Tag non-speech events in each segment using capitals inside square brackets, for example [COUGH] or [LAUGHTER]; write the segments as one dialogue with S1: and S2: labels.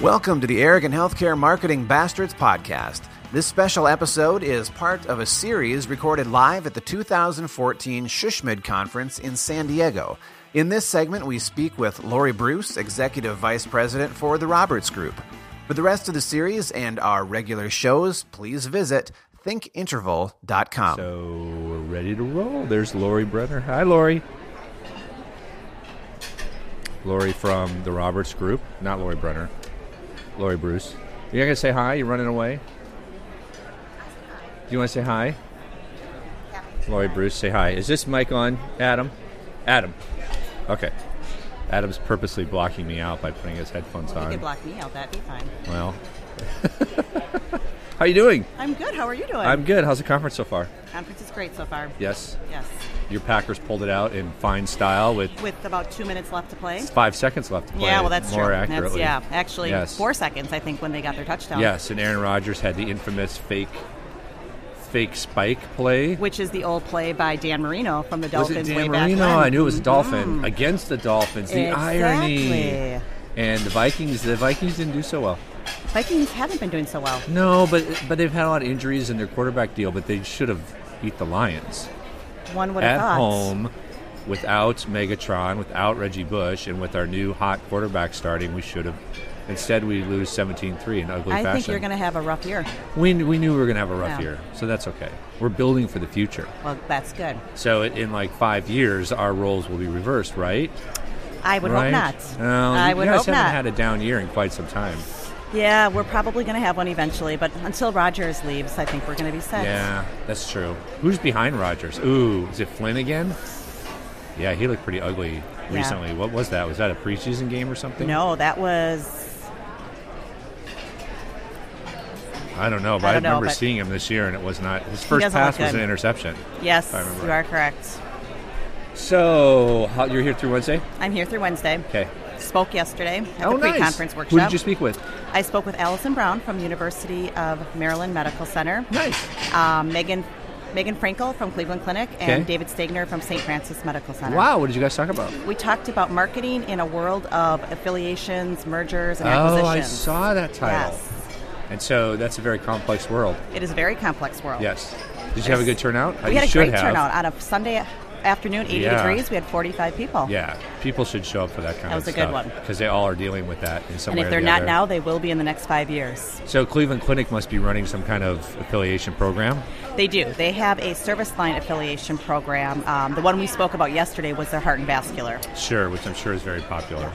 S1: Welcome to the Arrogant Healthcare Marketing Bastards podcast. This special episode is part of a series recorded live at the 2014 Shushmid Conference in San Diego. In this segment, we speak with Lori Bruce, Executive Vice President for the Roberts Group. For the rest of the series and our regular shows, please visit thinkinterval.com.
S2: So we're ready to roll. There's Lori Brenner. Hi, Lori. Lori from the Roberts Group, not Lori Brenner. Lori Bruce. You're not gonna say hi. You're running away. Do you want to say hi? Lori Bruce, say hi. Is this mic on, Adam? Adam. Okay. Adam's purposely blocking me out by putting his headphones
S3: You could
S2: on.
S3: block me out. That'd be fine.
S2: Well, [LAUGHS] how you doing?
S3: I'm good. How are you doing?
S2: I'm good. How's the conference so far?
S3: Conference is great so far.
S2: Yes.
S3: Yes.
S2: Your Packers pulled it out in fine style with
S3: With about two minutes left to play.
S2: five seconds left to play.
S3: Yeah, well, that's
S2: more
S3: true.
S2: accurately.
S3: That's, yeah, actually,
S2: Yes.
S3: four seconds, I think, when they got their touchdown.
S2: Yes, and Aaron Rodgers had the infamous fake, fake spike play.
S3: Which is the old play by Dan Marino from the
S2: was
S3: Dolphins
S2: it
S3: way
S2: Dan
S3: back
S2: Marino?
S3: when.
S2: I knew it was a Dolphin
S3: Mhm.
S2: against the Dolphins. The irony.
S3: Exactly.
S2: And the Vikings. The Vikings didn't do so well.
S3: Mm-hmm. Vikings haven't been doing so well.
S2: No, but but they've had a lot of injuries in their quarterback deal. But they should have beat the Lions
S3: One would
S2: at
S3: have thought.
S2: home. Without Megatron, without Reggie Bush, and with our new hot quarterback starting, we should have. Instead, we lose 17-3 in ugly
S3: I
S2: fashion.
S3: think you're going to have a rough year.
S2: We, we knew we were going to have a rough
S3: Yeah.
S2: year, so that's okay. We're building for the future.
S3: Well, that's good.
S2: So it, in like five years, our roles will be reversed, right?
S3: I would
S2: right?
S3: hope not.
S2: No,
S3: I
S2: you
S3: would
S2: guys
S3: hope
S2: haven't
S3: not.
S2: had a down year in quite some time.
S3: yeah, we're probably going to have one eventually, but until Rogers leaves, I think we're going to be set.
S2: Yeah, that's true. Who's behind Rogers? Ooh, is it Flynn again? Yeah, he looked pretty ugly recently. What was that? Was that a preseason game or something?
S3: No, that was
S2: I don't know. But I,
S3: I don't know,
S2: remember
S3: but-
S2: seeing him this year, and it was not his first
S3: doesn't look
S2: pass was
S3: good.
S2: an interception.
S3: Yes,
S2: I remember
S3: you are correct.
S2: So how, you're here through Wednesday?
S3: I'm here through Wednesday.
S2: Okay.
S3: Spoke yesterday at
S2: oh,
S3: the
S2: nice.
S3: pre-conference
S2: Who
S3: workshop.
S2: did you speak with?
S3: I spoke with Allison Brown from University of Maryland Medical Center,
S2: Nice.
S3: um, Megan Megan Frankel from Cleveland Clinic, and
S2: Okay.
S3: David Stegner from St. Francis Medical Center.
S2: Wow, what did you guys talk about?
S3: We talked about marketing in a world of affiliations, mergers, and
S2: Oh, I
S3: acquisitions.
S2: saw that title.
S3: Yes,
S2: And so that's a very complex world.
S3: it is a very complex world.
S2: Yes. Did you have a good turnout?
S3: we
S2: you
S3: had a
S2: should
S3: great
S2: have.
S3: turnout on a Sunday afternoon, 80
S2: Yeah.
S3: degrees. We had 45 people.
S2: Yeah, people should show up for that kind
S3: That
S2: of
S3: was a
S2: stuff.
S3: good one.
S2: Because they all are dealing with that in some
S3: And
S2: way.
S3: if
S2: or
S3: they're
S2: the
S3: not
S2: other.
S3: now, they will be in the next five years.
S2: So Cleveland Clinic must be running some kind of affiliation program.
S3: They do. They have a service line affiliation program. Um, the one we spoke about yesterday was their heart and vascular.
S2: Sure, which I'm sure is very popular.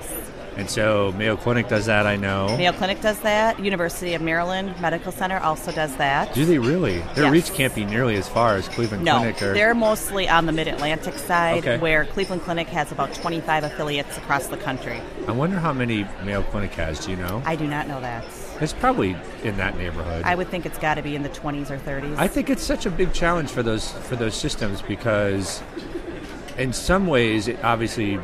S2: And so Mayo Clinic does that, I know.
S3: Mayo Clinic does that. University of Maryland Medical Center also does that.
S2: Do they really? Their
S3: Yes.
S2: reach can't be nearly as far as Cleveland
S3: No,
S2: Clinic. Or,
S3: they're mostly on the Mid Atlantic side,
S2: Okay.
S3: where Cleveland Clinic has about 25 affiliates across the country.
S2: I wonder how many Mayo Clinic has, do you know?
S3: I do not know that.
S2: it's probably in that neighborhood.
S3: I would think it's got to be in the 20s or 30s.
S2: I think it's such a big challenge for those for those systems because, in some ways, it obviously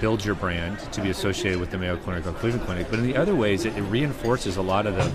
S2: builds your brand to be associated with the Mayo Clinic or Cleveland Clinic, but in the other ways, it, it reinforces a lot of the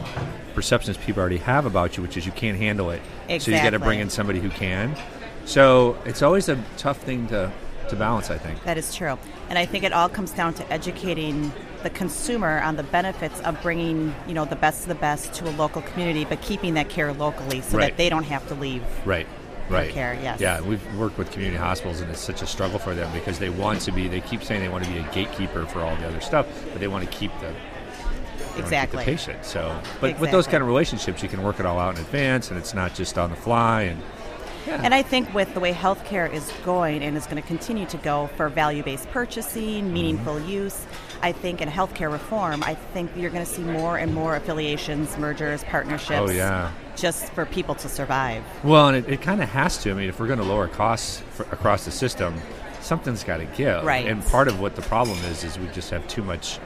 S2: perceptions people already have about you, which is you can't handle it. So you got to
S3: Exactly.
S2: bring in somebody who can. So it's always a tough thing to to balance. I think.
S3: that is true. And I think it all comes down to educating the consumer on the benefits of bringing, you know, the best of the best to a local community, but keeping that care locally so
S2: Right.
S3: that they don't have to leave
S2: Right. Right.
S3: care, yes.
S2: Yeah, we've worked with community hospitals, and it's such a struggle for them because they want to be. They keep saying they want to be a gatekeeper for all the other stuff, but they want to keep the you know, get
S3: Exactly.
S2: the patient. So, but with those
S3: Exactly.
S2: kind of relationships, you can work it all out in advance, and it's not just on the fly. And
S3: And I think with the way healthcare is going and is going to continue to go for value based
S2: Mm-hmm.
S3: purchasing, meaningful use, I think in healthcare reform, I think you're going to see more and more affiliations, mergers, partnerships.
S2: Oh, yeah.
S3: Just for people to survive.
S2: well, and it, it kind of has to. I mean, if we're going to lower costs for, across the system, something's got to give.
S3: Right.
S2: And part of what the problem is is we just have too much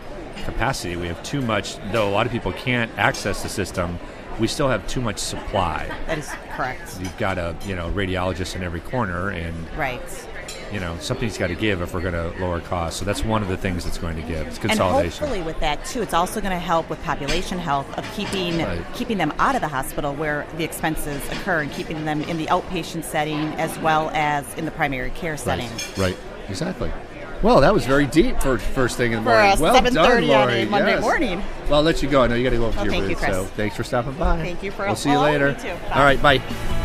S2: capacity. We have too much, though. A lot of people can't access the system. We still have too much supply.
S3: That is correct.
S2: You've got a you know radiologist in every corner, and
S3: Right.
S2: you know something's got to give if we're going to lower costs. So that's one of the things that's going to give. It's
S3: And
S2: consolidation.
S3: hopefully with that too, it's also going to help with population health of keeping
S2: Right.
S3: keeping them out of the hospital where the expenses occur and keeping them in the outpatient setting as well as in the primary care setting.
S2: Right. Right. Exactly. Well, that was very deep for first thing in the
S3: For
S2: morning.
S3: a
S2: well
S3: 7:30
S2: done,
S3: on a
S2: Lori.
S3: Monday
S2: Yes.
S3: morning.
S2: Well, I'll let you go. I know you got to go up to
S3: Well,
S2: your
S3: thank
S2: booth.
S3: you, Chris.
S2: So thanks for stopping by.
S3: Thank you for-
S2: We'll see you
S3: oh,
S2: later.
S3: you too.
S2: All right, bye.